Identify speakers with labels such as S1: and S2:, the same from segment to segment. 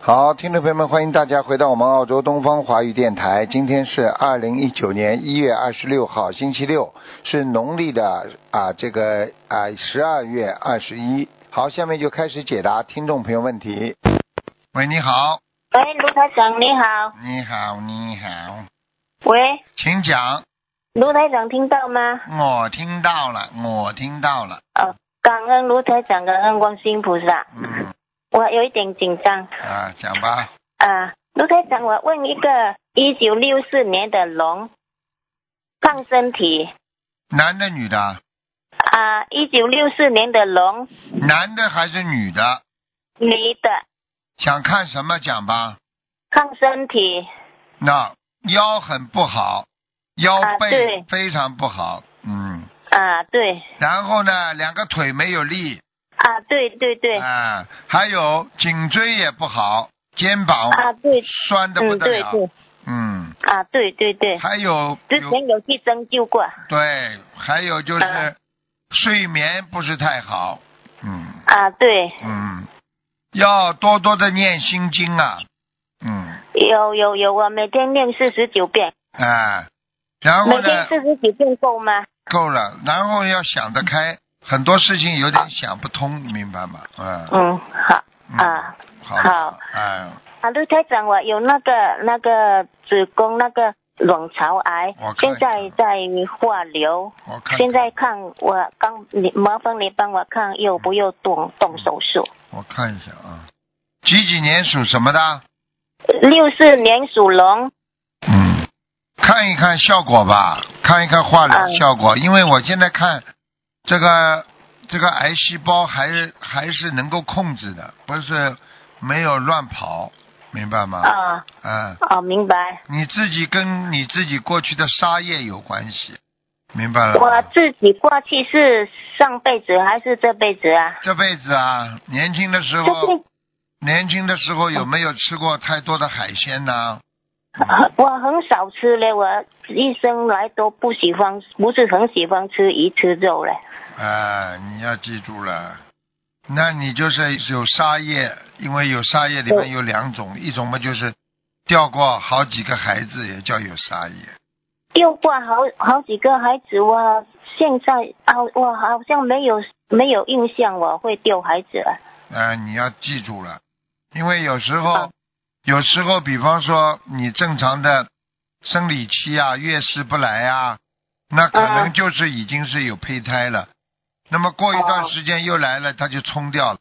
S1: 好，听众朋友们，欢迎大家回到我们澳洲东方华语电台。今天是二零一九年一月二十六号，星期六，是农历的啊这个啊十二月二十一。好，下面就开始解答听众朋友问题。喂，你好，
S2: 喂，卢台长你好。
S1: 你好，你好，
S2: 喂，
S1: 请讲。
S2: 卢台长听到吗？
S1: 我听到了，我听到了。
S2: 哦，感恩卢台长，感恩观世音菩萨。
S1: 嗯
S2: 我有一点紧张
S1: 啊，讲吧。
S2: 啊，卢台长，我问一个一九六四年的龙，看身体
S1: 男的女的？
S2: 啊，一九六四年的龙，
S1: 男的还是女的？
S2: 女的，
S1: 想看什么讲吧？
S2: 看身体
S1: 那腰很不好，腰
S2: 啊
S1: 背
S2: 对
S1: 非常不好，嗯，
S2: 啊，对
S1: 然后呢，两个腿没有力，
S2: 啊，对对对
S1: 啊，还有颈椎也不好，肩膀
S2: 啊，对，
S1: 酸的不
S2: 嗯，
S1: 得
S2: 对
S1: 了，
S2: 对
S1: 嗯，
S2: 啊，对对对，
S1: 还有
S2: 之
S1: 有
S2: 前有去针灸过
S1: 对，还有就是、
S2: 啊
S1: 睡眠不是太好，嗯
S2: 啊，对，
S1: 嗯，要多多的念心经啊，嗯
S2: 有有有，我每天念四十九遍，
S1: 啊，然后
S2: 每
S1: 呢
S2: 天，四十九遍够吗？
S1: 够了，然后要想得开，很多事情有点想不通，明白吗？嗯，
S2: 嗯，好
S1: 嗯
S2: 啊，
S1: 好
S2: 好，
S1: 哎，
S2: 啊，陆台长，我有那个那个子宫那个卵巢癌
S1: 我，看一
S2: 现
S1: 下
S2: 在在化疗，
S1: 我看
S2: 现在看我刚你麻烦你帮我看有不有动动手术。
S1: 我看一下啊，几几年属什么的？
S2: 六四年属龙，
S1: 嗯，看一看效果吧，看一看化疗
S2: 嗯
S1: 效果，因为我现在看这个这个癌细胞还是还是能够控制的，不是没有乱跑，明白吗？
S2: 啊
S1: 嗯，
S2: 啊，明白。
S1: 你自己跟你自己过去的沙业有关系，明白了吗？
S2: 我自己过去是上辈子还是这辈子啊？
S1: 这辈子啊，年轻的时
S2: 这
S1: 候，
S2: 辈
S1: 年轻的时候有没有吃过太多的海鲜呢？
S2: 我很少吃嘞，我一生来都不喜欢，不是很喜欢吃鱼吃肉嘞。
S1: 啊，你要记住了，那你就是有沙叶，因为有沙叶里面
S2: 对
S1: 有两种，一种嘛就是掉过好几个孩子，也叫有沙叶。
S2: 丢过好好几个孩子，我现在啊，我好像没有没有印象我会丢孩子了。
S1: 啊，你要记住了，因为有时候
S2: 啊，
S1: 有时候，比方说你正常的生理期啊，月事不来啊，那可能
S2: 嗯
S1: 就是已经是有胚胎了。那么过一段
S2: 哦
S1: 时间又来了，它就冲掉了。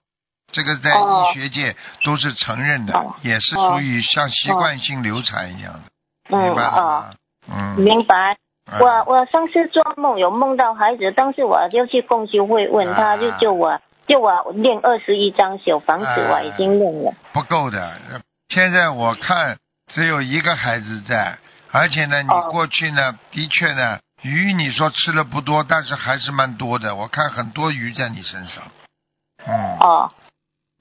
S1: 这个在
S2: 哦
S1: 医学界都是承认的，
S2: 哦
S1: 也是属于像习惯性流产一样的，明
S2: 嗯
S1: 白了
S2: 啊，
S1: 吗？嗯，
S2: 明白。
S1: 嗯
S2: 我我上次做梦有梦到孩子，当时我就去共修会问
S1: 啊
S2: 他，就救我就我练二十一张小房子，
S1: 啊
S2: 我已经练了。
S1: 不够的。呃现在我看只有一个孩子在，而且呢，你
S2: 哦
S1: 过去呢，的确呢，鱼你说吃了不多，但是还是蛮多的。我看很多鱼在你身上，嗯，
S2: 哦，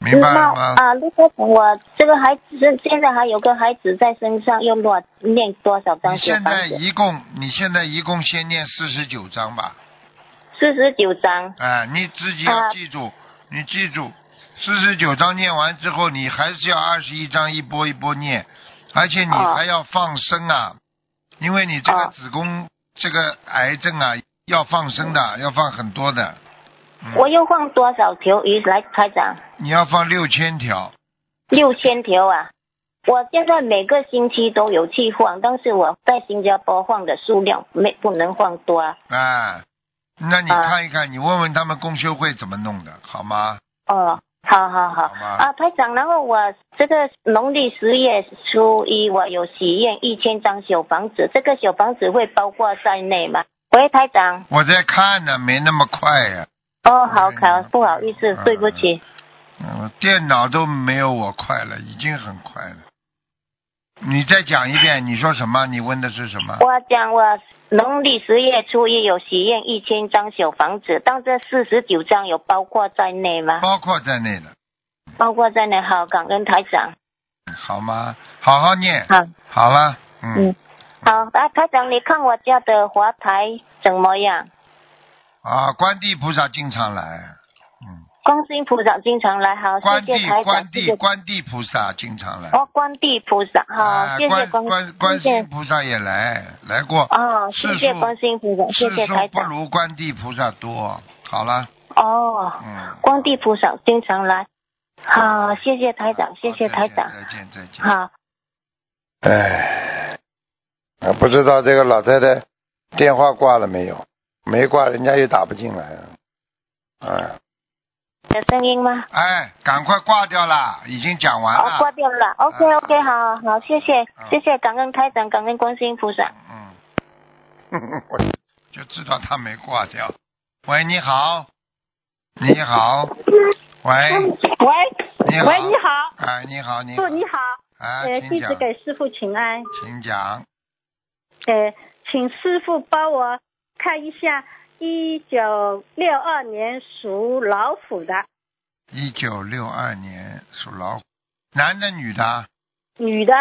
S1: 明白
S2: 那
S1: 了吗？
S2: 啊，陆科长，我这个孩子现现在还有个孩子在身上，又乱练多少张
S1: 你
S2: 小
S1: 现在
S2: 房子？
S1: 一共，你现在一共先念四十九章吧，
S2: 四十九张。
S1: 啊，你自己要
S2: 啊
S1: 记住，你记住，四十九章念完之后，你还是要二十一章一波一波念，而且你
S2: 哦
S1: 还要放生啊，因为你这个
S2: 哦
S1: 子宫、这个癌症啊，要放生的，要放很多的，嗯
S2: 我又放多少条鱼来开长？
S1: 你要放六千条，
S2: 六千条啊！我现在每个星期都有去换，但是我在新加坡换的数量没不能换多啊。
S1: 啊，那你
S2: 啊
S1: 看一看，你问问他们公修会怎么弄的，好吗？
S2: 哦，好好好
S1: 好吧
S2: 啊，台长。然后我这个农历十月初一，我有许愿一千张小房子，这个小房子会包括在内吗？喂，台长。
S1: 我在看呢，没那么快呀、
S2: 哦，好，好
S1: 嗯，
S2: 不好意思
S1: 嗯，
S2: 对不起。
S1: 嗯，电脑都没有我快了，已经很快了。你再讲一遍，你说什么？你问的是什么？
S2: 我讲我农历十月初一有许愿一千张小房子，但这四十九张有包括在内吗？
S1: 包括在内的，
S2: 包括在内，好，感恩台长。
S1: 好吗？好好念，
S2: 好，
S1: 好了，嗯
S2: 嗯，好，啊，台长，你看我家的华台怎么样？
S1: 啊，观地菩萨经常来，嗯，
S2: 观世音菩萨经常来，好，
S1: 观
S2: 谢
S1: 地
S2: 谢台长
S1: 观，
S2: 谢
S1: 地
S2: 谢。
S1: 观地菩萨经常来，
S2: 哦，观地菩萨，
S1: 啊
S2: 好，谢谢
S1: 观
S2: 观
S1: 观观世
S2: 谢
S1: 音
S2: 谢。
S1: 菩萨也来来过，
S2: 哦，谢
S1: 世
S2: 谢
S1: 数
S2: 观世音菩萨，谢
S1: 世
S2: 谢台
S1: 数不
S2: 长。
S1: 如观地菩萨多。好了，
S2: 哦，
S1: 嗯，
S2: 观地菩萨经常来，好，谢谢台长，谢谢
S1: 好
S2: 台长，
S1: 再见再见。再见
S2: 好。
S1: 唉，哎啊，不知道这个老太太电话挂了没有？没挂，人家又打不进来了。哎，
S2: 有声音吗？
S1: 哎，赶快挂掉啦，已经讲完
S2: 哦，
S1: 了。
S2: 挂掉了。OK
S1: 啊
S2: OK，好好，谢谢
S1: 嗯
S2: 谢谢，感恩台长，感恩观世音菩萨。
S1: 嗯， 嗯我就知道他没挂掉。喂，你好，你好，喂，
S3: 喂，
S1: 哎你好，
S3: 喂，你好，
S1: 哎，你好，你好
S3: 祝，哦你好，
S1: 哎，
S3: 呃，
S1: 请
S3: 弟子
S1: 讲，
S3: 给师傅请安，
S1: 请讲，
S3: 呃，请师傅帮我看一下一九六二年属老虎的
S1: 一九六二年属老虎，男的女的，
S3: 女的，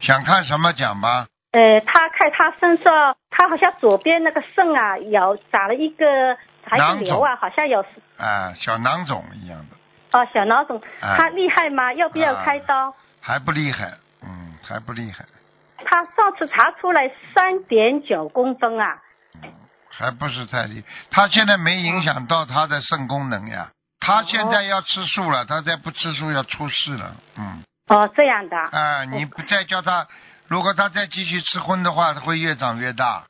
S1: 想看什么讲吧？
S3: 呃，她看她身上，她好像左边那个肾啊有长了一个还
S1: 囊肿
S3: 是瘤啊，好像有
S1: 啊，小囊肿一样的，
S3: 哦小囊肿，
S1: 啊
S3: 她厉害吗？要不要
S1: 啊
S3: 开刀？
S1: 还不厉害，嗯，还不厉害，
S3: 她上次查出来三点九公分啊，
S1: 还不是太厉他现在没影响到他的肾功能呀。他现在要吃素了，他再不吃素要出事了。嗯，
S3: 哦这样的，
S1: 啊，你不再叫他，如果他再继续吃荤的话，会越长越大。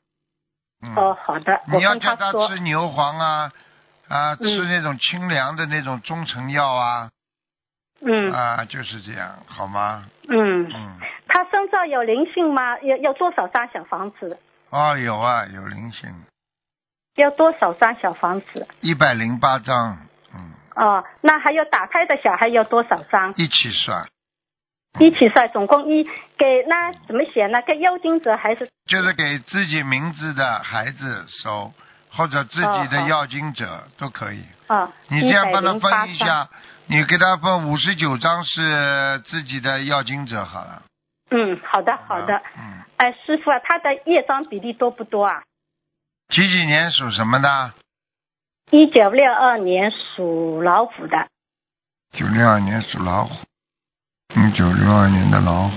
S1: 嗯，
S3: 哦好的，我
S1: 你要
S3: 跟
S1: 叫
S3: 她
S1: 他
S3: 说，
S1: 吃牛黄啊，啊，吃那种清凉的那种中成药啊，
S3: 嗯
S1: 啊，就是这样，好吗？
S3: 嗯。
S1: 嗯，
S3: 他身上有灵性吗？要要多少张小房子？
S1: 哦，有啊，有灵性，
S3: 要多少张小房子？
S1: 一百零八张，嗯，
S3: 哦，那还有打胎的小孩要多少张？
S1: 一起算，
S3: 一起算，总共一给那怎么写呢？给妖精者还是
S1: 就是给自己名字的孩子收，或者自己的
S3: 哦哦
S1: 要经者都可以。
S3: 哦？
S1: 你这样帮他
S3: 108
S1: 分一
S3: 张。
S1: 下，你给他分五十九张是自己的要经者好了。
S3: 嗯，好的好的。
S1: 嗯，
S3: 哎，师傅啊，他的业障比例多不多啊？
S1: 几几年属什么的？
S3: 一九六二年属老虎的。
S1: 九六二年属老虎，嗯，九六二年的老虎，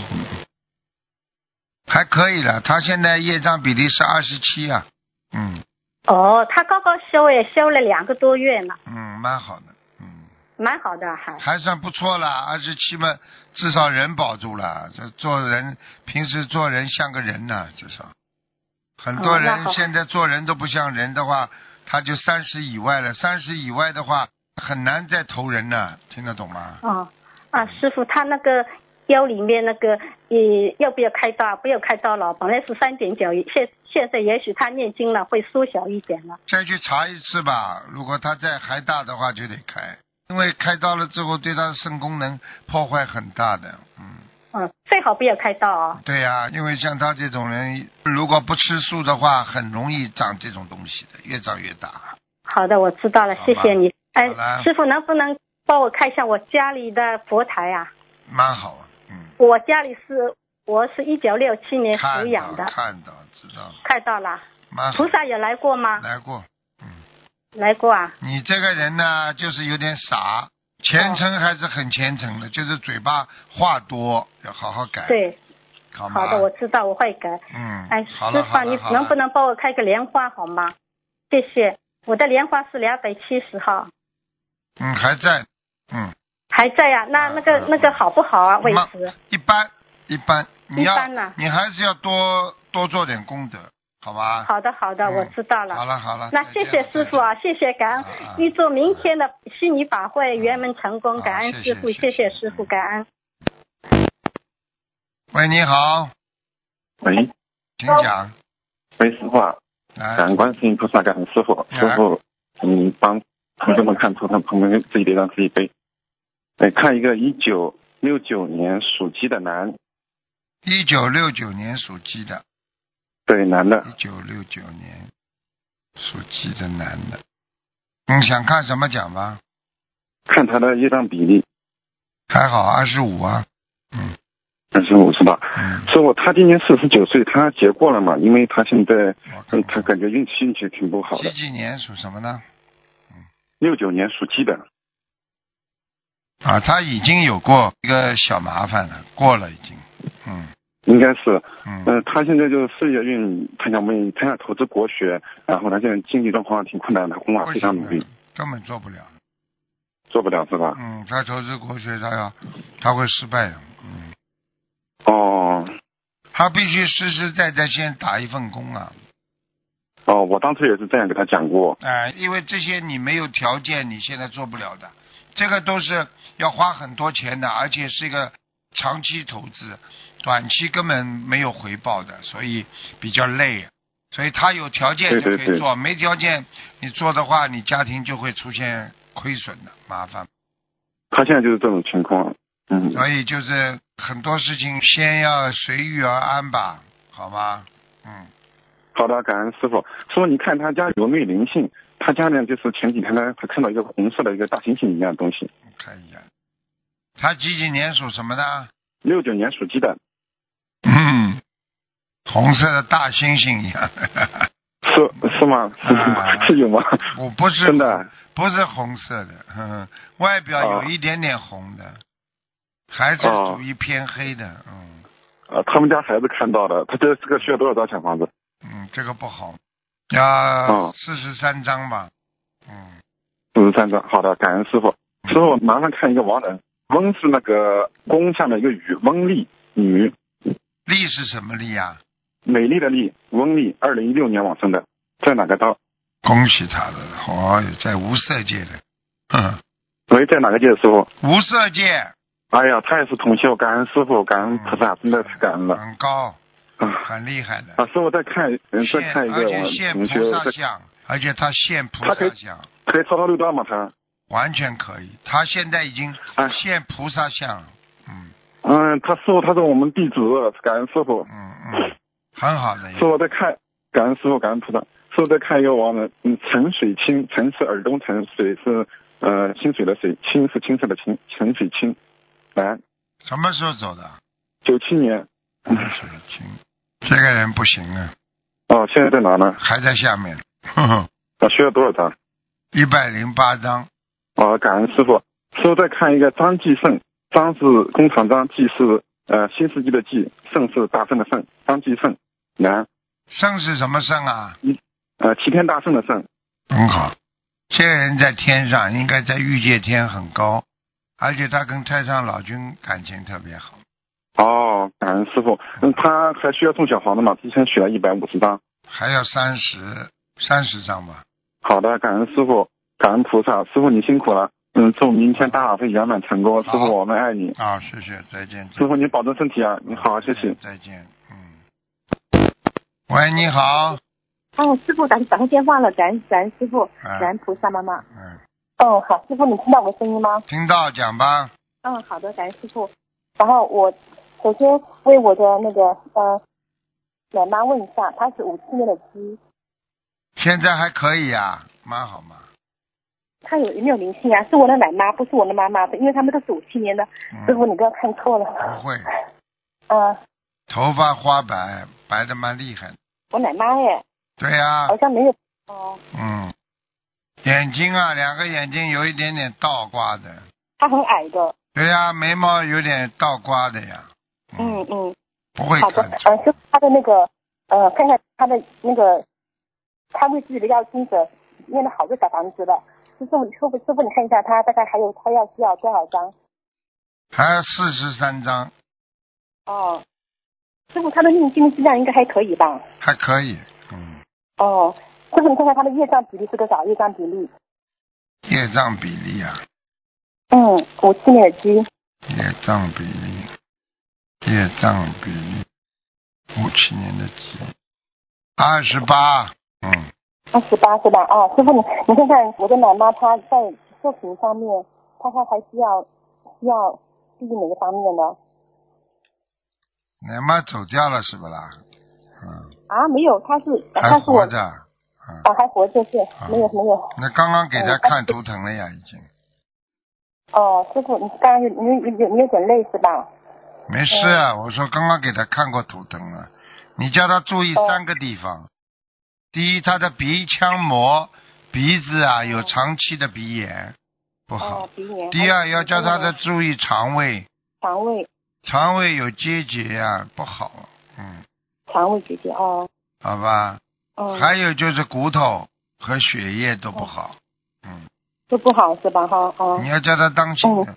S1: 还可以了。他现在业障比例是二十七啊，嗯
S3: 哦，他刚刚修也修了两个多月呢，
S1: 嗯，蛮好的，嗯，
S3: 蛮好的还。
S1: 还算不错啦。二十七嘛，至少人保住了。这做人平时做人像个人呐、至少很多
S3: 哦那
S1: 人
S3: 好
S1: 现在做人都不像人的话，他就三十以外了。三十以外的话，很难再投人了、听得懂吗？
S3: 哦，啊，师傅，他那个腰里面那个，呃，要不要开刀啊？不要开刀了，本来是三点九，现现在也许他念经了，会缩小一点了。
S1: 再去查一次吧。如果他再还大的话，就得开，因为开刀了之后对他的肾功能破坏很大的。嗯，
S3: 嗯，最好不要开刀啊、
S1: 对呀、因为像他这种人，如果不吃素的话，很容易长这种东西的，越长越大。
S3: 好的，我知道了，
S1: 好吧
S3: 谢谢你。哎
S1: 好啦，
S3: 师傅能不能帮我看一下我家里的佛台啊？
S1: 蛮好啊，嗯，
S3: 我家里是我是一九六七年属
S1: 看
S3: 羊
S1: 到
S3: 的，
S1: 看到知道，
S3: 看到了。
S1: 蛮好
S3: 菩。萨有来过吗？
S1: 来过，
S3: 来过啊。
S1: 你这个人呢，就是有点傻，虔诚还是很虔诚的，就是嘴巴话多，要好好改，
S3: 对，
S1: 好吗？
S3: 好的，我知道，我会改。
S1: 哎嗯，
S3: 哎，
S1: 好
S3: 师
S1: 了，
S3: 傅
S1: 好
S3: 啊，
S1: 了，
S3: 你
S1: 好
S3: 能
S1: 了
S3: 不能帮我开个莲花好吗？谢谢，我的莲花是两百七十号，
S1: 嗯，还在，嗯，
S3: 还在呀、那
S1: 嗯
S3: 那个
S1: 嗯
S3: 那个好不好啊？位
S1: 妈
S3: 置
S1: 一般一般，你要
S3: 一般呐
S1: 你还是要多多做点功德，好吧？
S3: 好的好的，
S1: 嗯
S3: 我知道
S1: 好
S3: 了。
S1: 了好了，
S3: 那
S1: 再
S3: 谢
S1: 见
S3: 谢
S1: 了
S3: 师傅，啊，
S1: 再见
S3: 谢谢感恩
S1: 嗯嗯，
S3: 预祝明天的悉尼法会
S1: 嗯
S3: 圆满成功，
S1: 好
S3: 感恩
S1: 谢谢
S3: 师傅，
S1: 谢嗯
S3: 谢
S1: 谢
S3: 谢师傅，感恩。
S1: 啊喂，你好，
S4: 喂，
S1: 请
S3: 哦
S1: 讲，
S4: 喂，师傅啊，感
S1: 来，
S4: 恩观世音菩萨，感恩师傅，
S1: 哎
S4: 师傅，嗯，帮同学们看图腾，朋友们自己的让自己背。哎，看一个一九六九年属鸡的男，
S1: 一九六九年属鸡的，
S4: 对，男的
S1: 一，九六九年属鸡的男的，你想看什么讲吧？
S4: 看他的业障比例，
S1: 还好二十五啊，嗯
S4: 但是我知道，
S1: 嗯，
S4: 师傅他今年四十九岁，他结过了嘛？因为他现在，
S1: 我看
S4: 嗯，他
S1: 看
S4: 感觉运气运气挺不好
S1: 几
S4: 的。
S1: 几年属什么呢？
S4: 六九年属鸡的，
S1: 啊，他已经有过一个小麻烦了，过了已经，嗯
S4: 应该是，
S1: 嗯，
S4: 呃，他现在就是事业运，他想问，他想投资国学，然后他现在经济状况挺困难，他工啊
S1: 不
S4: 作非常
S1: 行
S4: 努力
S1: 的，，根本做不了。
S4: 做不了是吧？
S1: 嗯，他投资国学，他要他会失败的。嗯，
S4: 哦
S1: 他必须实实在在先打一份工啊，
S4: 哦，我当时也是这样给他讲过，
S1: 哎、因为这些你没有条件，你现在做不了的，这个都是要花很多钱的，而且是一个长期投资，短期根本没有回报的，所以比较累。啊所以他有条件
S4: 对
S1: 就可
S4: 对
S1: 以做，
S4: 对
S1: 没条件你做的话，你家庭就会出现亏损的麻烦。
S4: 他现在就是这种情况，嗯，
S1: 所以就是很多事情先要随遇而安吧，好吗？嗯，
S4: 好的，感恩师傅。师傅，你看他家有没有灵性？他家呢，就是前几天呢，他看到一个红色的一个大猩猩一样的东西。
S1: 我看一下，他几几年属什么的？
S4: 六九年属鸡的，
S1: 嗯， 红色的大猩猩一样。
S4: 是是吗？
S1: 嗯啊
S4: 是有吗？
S1: 我不是
S4: 真的，啊
S1: 不是红色的，嗯，外表有一点点红的，还是
S4: 哦
S1: 属于偏黑的，嗯
S4: 呃，他们家孩子看到的，他这这个需要多少张小房子？
S1: 嗯，这个不好，要
S4: 哦
S1: 四十三张吧，嗯，
S4: 四十三张。好的，感恩师傅。师傅，麻烦看一个王人，翁是那个弓下面一个雨，翁丽，女，
S1: 力是什么力啊？
S4: 美丽的丽，翁丽，二零一六年往生的，在哪个道？
S1: 恭喜他了，哦，在无色界的，嗯，
S4: 喂，在哪个界？师傅？
S1: 无色界，
S4: 哎呀，他也是同修，感恩师傅，感恩菩萨，真的太感恩了
S1: 很高，
S4: 啊！
S1: 很厉害的，
S4: 啊，师傅再看，嗯，再
S1: 现
S4: 看一个
S1: 而
S4: 我
S1: 且现
S4: 同学，
S1: 菩萨
S4: 再
S1: 像，而且他现菩
S4: 他可
S1: 萨
S4: 以
S1: 像，
S4: 可以超到六张吗？他，
S1: 完全可以，他现在已经
S4: 啊
S1: 现菩萨像了，嗯。
S4: 嗯，他师傅他是我们弟子，感恩师傅，
S1: 嗯，嗯，很好的一
S4: 师
S1: 个，
S4: 傅再看，感恩师傅，感恩菩萨，师傅再看一个王人，嗯，陈水清，陈是耳东陈，水是呃清水的水，清是清澈的清，陈水清，男，
S1: 什么时候走的？
S4: 九七年，嗯
S1: 水晶，这个人不行啊，
S4: 哦，现在在哪呢？
S1: 还在下面， 呵呵，
S4: 啊，需要多少张？
S1: 一百零八张，
S4: 哦，感恩师傅，师傅再看一个张继胜，张是工厂张，继是呃新世纪的继，胜是大圣的胜，张继胜，男。
S1: 圣是什么圣啊？
S4: 呃，齐天大圣的圣，
S1: 很好，这个人在天上，应该在欲界天很高，而且他跟太上老君感情特别好，
S4: 哦，感恩师傅。嗯，他还需要送小房子吗？之前许了一百五十张。
S1: 还要三十三十张吧。
S4: 好的，感恩师傅，感恩菩萨，师傅你辛苦了。嗯，祝明天大法会圆满成功，师
S1: 好
S4: 傅我们爱你，
S1: 啊，谢谢，再见。
S4: 师傅你保重身体啊，你好，谢谢。
S1: 再见，嗯。喂，你好，
S5: 哦，师傅，咱打个电话了，咱咱师傅，
S1: 嗯
S5: 咱菩萨妈妈。
S1: 嗯，
S5: 哦，好，师傅，你听到我声音吗？
S1: 听到讲吧，
S5: 嗯，好的，咱师傅。然后我首先为我的那个呃奶妈问一下，她是五七年的鸡，
S1: 现在还可以啊，蛮好嘛。
S5: 她有有没有灵性啊？是我的奶妈，不是我的妈妈，因为他们都是五七年的。师
S1: 嗯
S5: 傅，你不要看错了。
S1: 不会，
S5: 呃，
S1: 头发花白，白的蛮厉害的。
S5: 我奶妈哎，
S1: 对呀、
S5: 好像没有。哦、
S1: 嗯，眼睛啊，两个眼睛有一点点倒挂的。
S5: 她很矮的。
S1: 对呀、眉毛有点倒挂的呀。
S5: 嗯，嗯，
S1: 不会
S5: 好的
S1: 看错。。
S5: 呃，师傅，她的那个呃，看看她的那个，她为自己的要精者念了好多小房子了。师傅，师傅，师傅，你看一下她大概还有她要需要多少张？
S1: 还有四十三张，
S5: 哦，师傅，他的念经质量应该还可以吧？
S1: 还可以。嗯，
S5: 哦，师傅，你看看他的业障比例是多少？业障比例？
S1: 业障比例啊，
S5: 嗯，五七年的鸡。
S1: 业障比例，业障比例，五七年的鸡，二十八。嗯，
S5: 二十八是吧？啊，师傅你你看看我的奶妈，她在色情方面，她她还需要需要注意哪个方面呢？
S1: 奶妈走掉了是不啦？嗯，
S5: 啊，没有，她是她
S1: 还
S5: 是我
S1: 活着。嗯。
S5: 啊还活着是没有没有
S1: 那刚刚给他看图腾了呀，已经
S5: 哦，师傅你刚刚有你有有你有点累是吧？
S1: 没事啊。我说刚刚给他看过图腾了，你叫他注意三个地方。第一，他的鼻腔膜、鼻子啊有长期的鼻炎，不好
S5: 哦。，鼻炎。
S1: 第二，要叫他
S5: 还有
S1: 的注意肠胃，
S5: 肠胃，
S1: 肠胃有结节呀，不好。嗯，
S5: 肠胃结节哦，
S1: 好吧。
S5: 嗯，
S1: 还有就是骨头和血液都不好。嗯，
S5: 都不好是吧？哈，哦
S1: 你，要叫他当心的。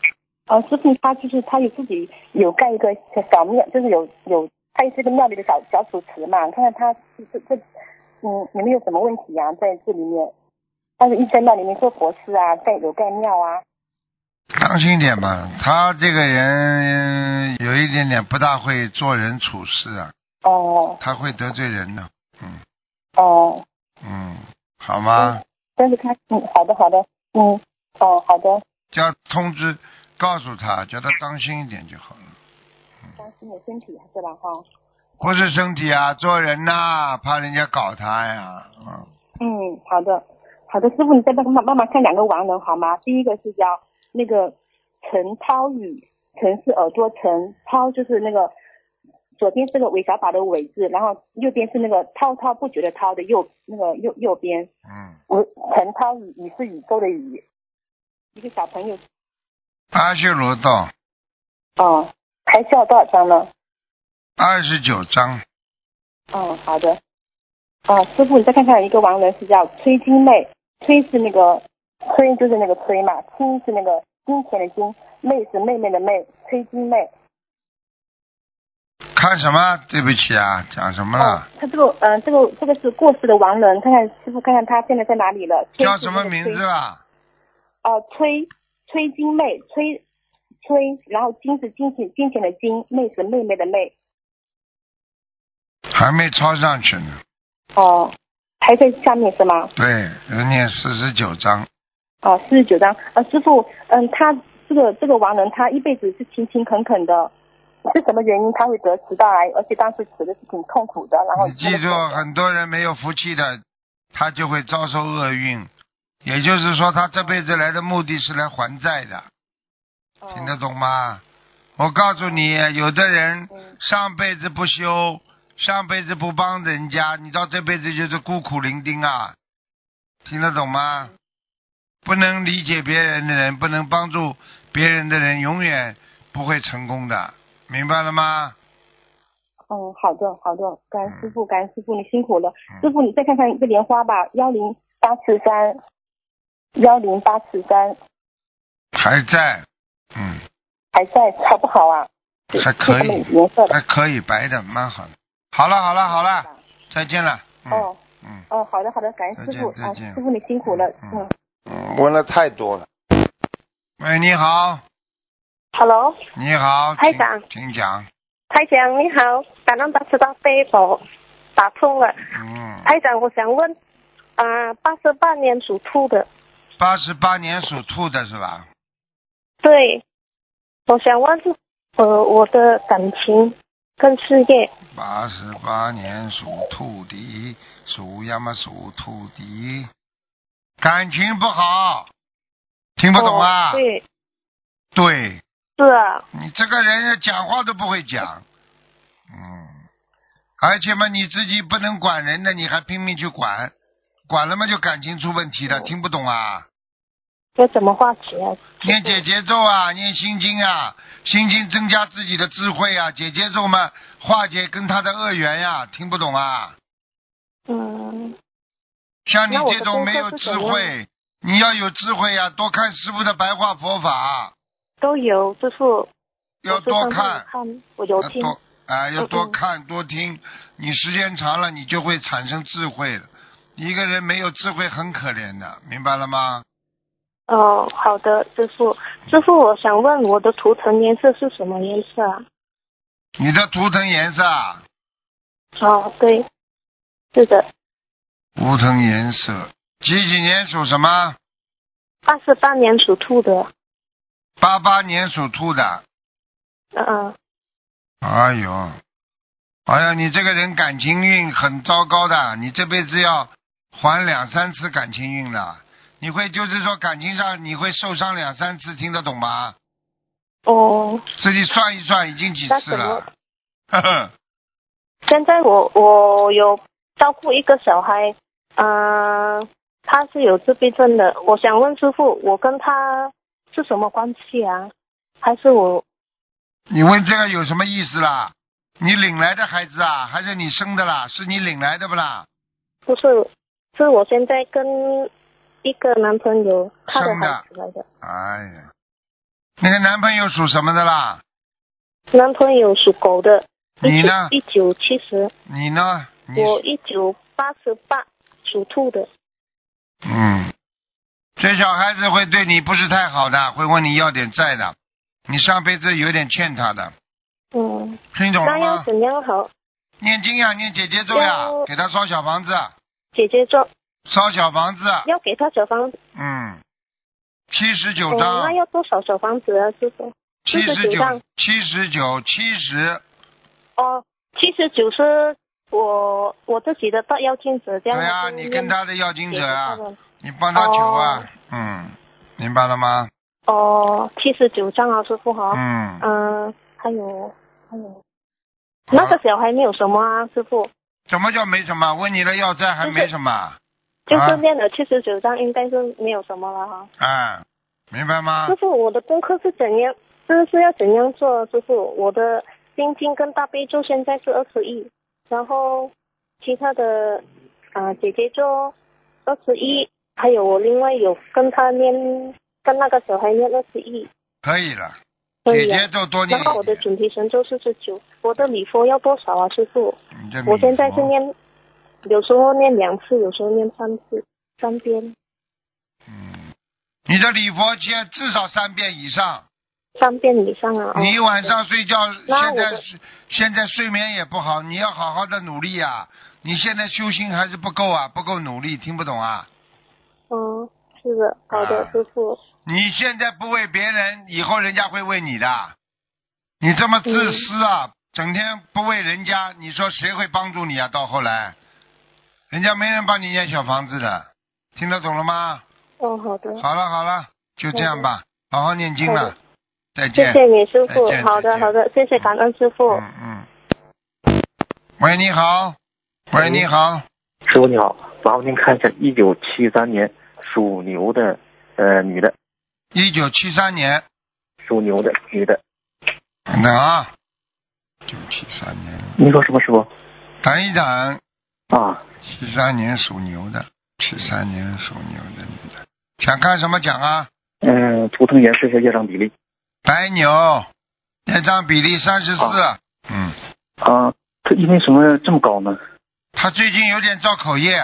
S5: 哦，师傅他就是他有自己有盖一个小小庙，就是有有他也是个庙里的小小主持嘛，看看他这这嗯有没有什么问题啊，在这里面，但是一直在庙里面做佛事啊，在有盖庙啊，
S1: 当心点吧，他这个人有一点点不大会做人处事啊，
S5: 哦
S1: 他会得罪人的。嗯
S5: 哦，
S1: 嗯，好吗？
S5: 但是他嗯好的好的嗯哦好的，
S1: 叫通知告诉他，叫他当心一点就好了。
S5: 当心有身体啊是吧？哈、
S1: 不是身体啊，做人呐、怕人家搞他呀。嗯，
S5: 嗯，好的，好的，师傅，你再帮帮帮忙看两个亡人好吗？第一个是叫那个陈涛宇，陈是耳朵陈，涛就是那个左边是个韦小宝的韦字，然后右边是那个滔滔不绝的滔的右那个右右边，
S1: 嗯，
S5: 我陈涛宇，宇是宇宙的宇，一个小朋友
S1: 阿修罗道
S5: 哦，还需要多少张呢？
S1: 二十九章，
S5: 嗯，好的。啊，师傅，你再看看一个亡人是叫崔金妹，崔是那个崔就是那个崔嘛，金是那个金钱的金，妹是妹妹的妹，崔金妹。
S1: 看什么？对不起啊，讲什么
S5: 哦
S1: 了？，
S5: 他这个嗯、呃，这个这个是过世的亡人，看看师傅看看他现在在哪里了。崔
S1: 叫
S5: 是
S1: 什
S5: 那
S1: 么
S5: 个
S1: 名
S5: 崔
S1: 字？啊？
S5: 哦，崔崔金妹，崔崔，然后金是金钱金钱的金，妹是妹妹的妹。
S1: 还没抄上去呢。
S5: 哦，还在下面是吗？
S1: 对，要念四十九章。
S5: 哦，四十九张。呃，师傅，嗯，他这个这个亡人，他一辈子是勤勤恳恳的，是什么原因他会得食道癌？而且当时死的是挺痛苦的。然后
S1: 你记住，啊很多人没有福气的，他就会遭受厄运。也就是说，他这辈子来的目的是来还债的，
S5: 嗯哦
S1: 听得懂吗？我告诉你，有的人
S5: 嗯
S1: 上辈子不修，上辈子不帮人家，你到这辈子就是孤苦伶仃啊，听得懂吗？
S5: 嗯
S1: 不能理解别人的人，不能帮助别人的人，永远不会成功的，明白了吗？
S5: 嗯，好的好的，感恩
S1: 嗯
S5: 师傅，感恩师傅，你辛苦了。
S1: 嗯
S5: 师傅，你再看看一个莲花吧，幺零八四三，幺零八四三
S1: 还在，嗯。
S5: 还在好不好啊？
S1: 还可以
S5: 是什么颜色的？
S1: 还可以，白的蛮好的。好了好了好了，再见了。嗯、
S5: 哦
S1: 嗯
S5: 哦，好的好的，感恩师傅
S1: 再见
S5: 啊，
S1: 再见
S5: 师傅你辛苦了，
S1: 嗯
S5: 嗯。
S1: 嗯。
S4: 问了太多了。
S1: 喂，你好，
S6: Hello，
S1: 你好，
S6: 台
S1: 请
S6: 长
S1: 请讲。
S6: 台长你好，感恩大慈大悲佛打通了。
S1: 嗯，
S6: 台长，我想问，啊、8八十八年属兔的，
S1: 八十八年属兔的是吧？
S6: 对，我想问，呃，我的感情跟事业，
S1: 八十八年属兔的，属什么属兔的？感情不好，听不懂啊？
S6: 哦对，
S1: 对
S6: 是啊，
S1: 你这个人讲话都不会讲，嗯，而且嘛，你自己不能管人的，你还拼命去管，管了嘛就感情出问题了，听不懂啊？
S6: 我哦怎么化解啊？
S1: 念解节奏啊，念心经啊，心经增加自己的智慧啊，解节奏嘛，化解跟他的恶缘呀、听不懂啊？
S6: 嗯，
S1: 像你
S6: 那我的
S1: 这种没有
S6: 功课是
S1: 智
S6: 怎样
S1: 慧，你要有智慧呀、多看师傅的白话佛法，
S6: 都有，就是我
S1: 要
S6: 是
S1: 多
S6: 上网
S1: 看。
S6: 看，我有听，
S1: 多啊、要
S6: 嗯
S1: 多
S6: 嗯
S1: 看多听，你时间长了，你就会产生智慧了。一个人没有智慧很可怜的，明白了吗？
S6: 哦，好的，师傅，师傅，我想问我的图腾颜色是什么颜色啊？
S1: 你的图腾颜色，啊，
S6: 哦，对，是的，
S1: 图腾颜色，几几年属什么？
S6: 八十八年属兔的，
S1: 八八年属兔的。
S6: 嗯、嗯，
S1: 哎呦，哎呀，你这个人感情运很糟糕的，你这辈子要还两三次感情运了。你会就是说感情上你会受伤两三次，听得懂吗？
S6: 哦，
S1: 自己算一算，已经几
S6: 那
S1: 次
S6: 怎么
S1: 了？呵呵。
S6: 现在我我有照顾一个小孩，嗯、他是有自闭症的，我想问师傅，我跟他
S2: 是什么关系啊？还是我
S1: 你问这个有什么意思啦？你领来的孩子啊，还是你生的啦？是你领来的不啦？
S2: 不是？是我现在跟一个男朋友他的
S1: 生的
S2: 孩子来的，
S1: 哎呀，那个男朋友属什么的啦？
S2: 男朋友属狗的。
S1: 你呢
S2: 一九七十，
S1: 你呢？你
S2: 我一九八十八，属兔的。
S1: 嗯，这小孩子会对你不是太好的，会问你要点债的，你上辈子有点欠他的，
S2: 嗯，
S1: 听懂了
S2: 那要
S1: 吗？
S2: 怎样好？
S1: 念经呀，念姐姐咒呀
S2: 要，
S1: 给他烧小房子，
S2: 姐姐做
S1: 烧小房子，
S2: 要给他小房子，
S1: 嗯，七十九
S2: 嗯那
S1: 张，
S2: 要多少小房子啊，师傅？
S1: 七十
S2: 49
S1: 九
S2: 张，
S1: 七十九，七十，
S2: 哦，其实就是我我自己的大腰间子
S1: 对
S2: 这样。
S1: 呀、
S2: 就是
S1: 你跟他的要经
S2: 念
S1: 者啊
S2: 给他，的
S1: 你帮他求啊，嗯，明白了吗？
S2: 哦，七十九张啊，师傅哈、
S1: 嗯，
S2: 嗯、还有还有，
S1: 好
S2: 那个小孩没有什么啊，师傅，
S1: 什么叫没什么？问你的要债还没什么，
S2: 就是
S1: 啊
S2: 练了七十九张，应该是没有什么了哈。
S1: 哎，明白吗
S2: 师？傅，我的功课是怎样？这是要怎样做啊？师傅，我的心经跟大悲咒现在是二十一，然后其他的啊、呃姐姐咒二十一，还有我另外有跟他念，跟那个小孩念二十一，
S1: 可以了，
S2: 可
S1: 姐
S2: 以
S1: 姐
S2: 啊。
S1: 咒多念
S2: 然后
S1: 一
S2: 我的
S1: 点。
S2: 准提神咒四十九，我的礼佛要多少啊，师傅？
S1: 你这
S2: 我
S1: 礼
S2: 现在是
S1: 佛
S2: 念，有时候念两次，有时候念三次，三遍，
S1: 嗯，你的礼佛先至少三遍以上。
S2: 三遍以上啊。哦
S1: 你晚上睡觉，
S2: 那
S1: 现
S2: 我
S1: 在
S2: 的
S1: 睡现在睡眠也不好，你要好好的努力呀、你现在修行还是不够啊，不够努力，听不懂啊？
S2: 嗯，是的，好的，
S1: 啊
S2: 师傅。
S1: 你现在不为别人，以后人家会为你的。你这么
S2: 嗯
S1: 自私啊，整天不为人家，你说谁会帮助你啊？到后来，人家没人帮你念小房子的，听得懂了吗？
S2: 哦，好的。
S1: 好了好了，就这样吧，好好念经
S2: 好
S1: 了
S2: 的，
S1: 再见。
S2: 谢谢你，师傅
S1: 再见。
S2: 好的
S1: 再，见
S2: 好的，谢谢，感恩师傅。
S1: 嗯嗯。喂，你好。喂，你好。
S4: 师傅你好，麻烦您看一下一九七三年属牛的呃女的，
S1: 一九七三年，
S4: 属牛的女的，
S1: 等等啊，九七三年，
S4: 您说什么师傅？
S1: 等一等，
S4: 啊，
S1: 七三年属牛的，七三年属牛的女的，想看什么奖啊？
S4: 嗯、图腾颜色和业障比例
S1: 白牛，业障比例三十四
S4: 好。
S1: 嗯，
S4: 啊，她因为什么这么高呢？
S1: 他最近有点造口业，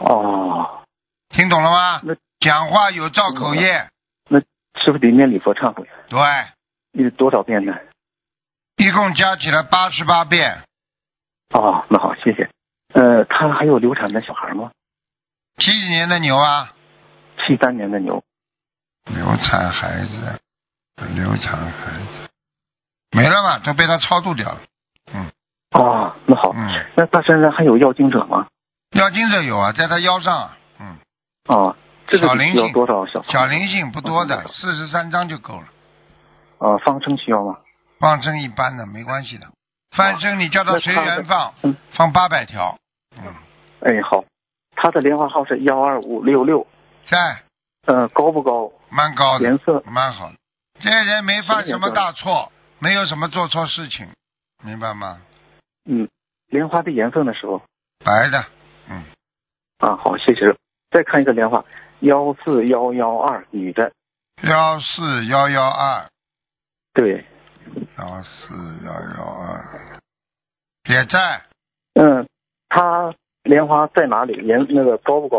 S4: 哦，
S1: 听懂了吗
S4: 那？
S1: 讲话有造口业，
S4: 是不是得念礼佛忏悔？
S1: 对，
S4: 念多少遍呢？
S1: 一共加起来八十八遍，
S4: 哦，那好，谢谢。呃，她还有流产的小孩吗？
S1: 七几年的牛啊？
S4: 七三年的牛，
S1: 流产孩子，流产孩子，没了嘛，都被他超度掉了。
S4: 哦，那好，
S1: 嗯，
S4: 那她身上还有要经者吗？
S1: 要经者有啊，在他腰上啊，嗯，
S4: 啊，这个
S1: 小
S4: 得
S1: 灵
S4: 需要
S1: 性，
S4: 多少小？
S1: 小灵性不多的，
S4: 嗯
S1: 四十三张就够了，
S4: 啊，方程需要吗？
S1: 放生一般的没关系的，放生你叫他随缘放
S4: 嗯，
S1: 放八百条，嗯，
S4: 哎，好，他的莲花号是幺二五六六，
S1: 在
S4: 呃，高不高？
S1: 蛮高的，
S4: 颜色
S1: 蛮好的，这个人没犯什么大错，没有什么做错事情，明白吗？
S4: 嗯莲花的颜色的时候
S1: 白的，
S4: 啊，好，谢谢。再看一个莲花，幺四幺幺二，女的，
S1: 幺四幺幺二。
S4: 对，
S1: 幺四幺幺二，也在，
S4: 嗯，她莲花在哪里？颜那个高不高？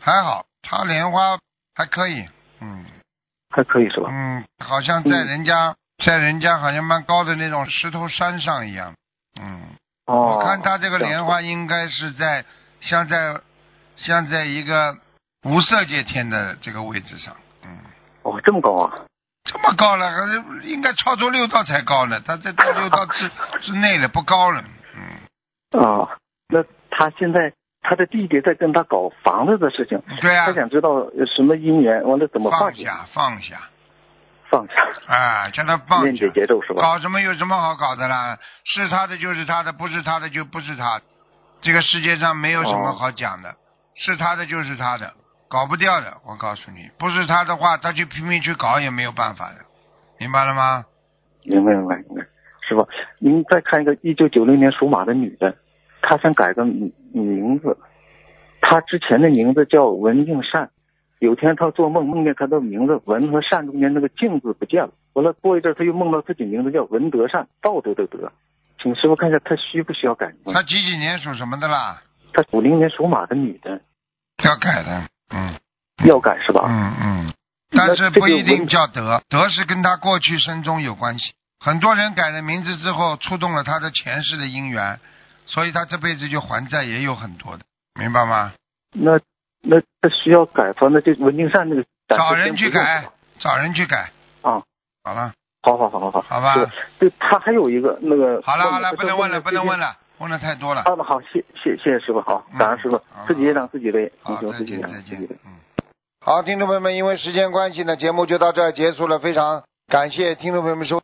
S1: 还好，他莲花还可以，嗯
S4: 还可以是吧？
S1: 嗯，好像在
S4: 嗯
S1: 人家、在人家好像蛮高的那种石头山上一样，嗯，
S4: 哦，
S1: 我看他这个
S4: 样
S1: 莲花应该是在像在像在一个无色界天的这个位置上，嗯，
S4: 哦，这么高啊？
S1: 这么高了，还是应该超出六道才高呢，他在在六道之之内了，不高了，嗯，
S4: 啊，那她现在她的弟弟在跟她搞房子的事情，
S1: 对啊
S4: 她，想知道呃什么姻缘，完了怎么
S1: 放
S4: 解？
S1: 下放下，
S4: 放下，
S1: 啊，叫他放
S4: 念
S1: 下
S4: 姐。节奏是吧？
S1: 搞什么有什么好搞的啦？是他的就是他的，不是他的
S4: 哦
S1: 就不是他的。这个世界上没有什么好讲的，是他的就是他的，搞不掉的。我告诉你，不是他的话，他去拼命去搞也没有办法的，明白了吗？
S4: 明白明白明白，师傅，您再看一个一九九六年属马的女的，她想改个名名字，她之前的名字叫文静善，有天她做梦梦见她的名字文和善中间那个静字不见了，完了过一阵儿她又梦到自己名字叫文德善，道德的德，请师傅看一下她需不需要改名
S1: 他？几几年属什么的啦？
S4: 她五零年属马的女的
S1: 要改的，嗯
S4: 要改是吧？
S1: 嗯嗯，
S4: 那
S1: 但是
S4: 这
S1: 不
S4: 个
S1: 一定
S4: 文
S1: 叫德，德是跟他过去生中有关系。很多人改了名字之后，触动了他的前世的因缘，所以他这辈子就还债也有很多的，明白吗？
S4: 那那她需要改吗？那就文静善那个暂时
S1: 找人
S4: 先
S1: 去
S4: 不用
S1: 改，找人去改。
S4: 啊。
S1: 好了，
S4: 好好好好好，
S1: 好吧
S4: 对，对他还有一个那个，
S1: 好了，好了，
S4: 她
S1: 不能问了，不能问
S4: 了。
S1: 了，问了太多了。
S4: 啊，那好，谢谢谢谢师傅，好，感恩师傅
S1: 嗯，
S4: 自己也长自己的，
S1: 好，
S4: 行，
S1: 再
S4: 自己
S1: 见，
S4: 养
S1: 再
S4: 自
S1: 见
S4: 己的。。
S1: 嗯。好，听众朋友们，因为时间关系呢，节目就到这儿结束了。非常感谢听众朋友们收。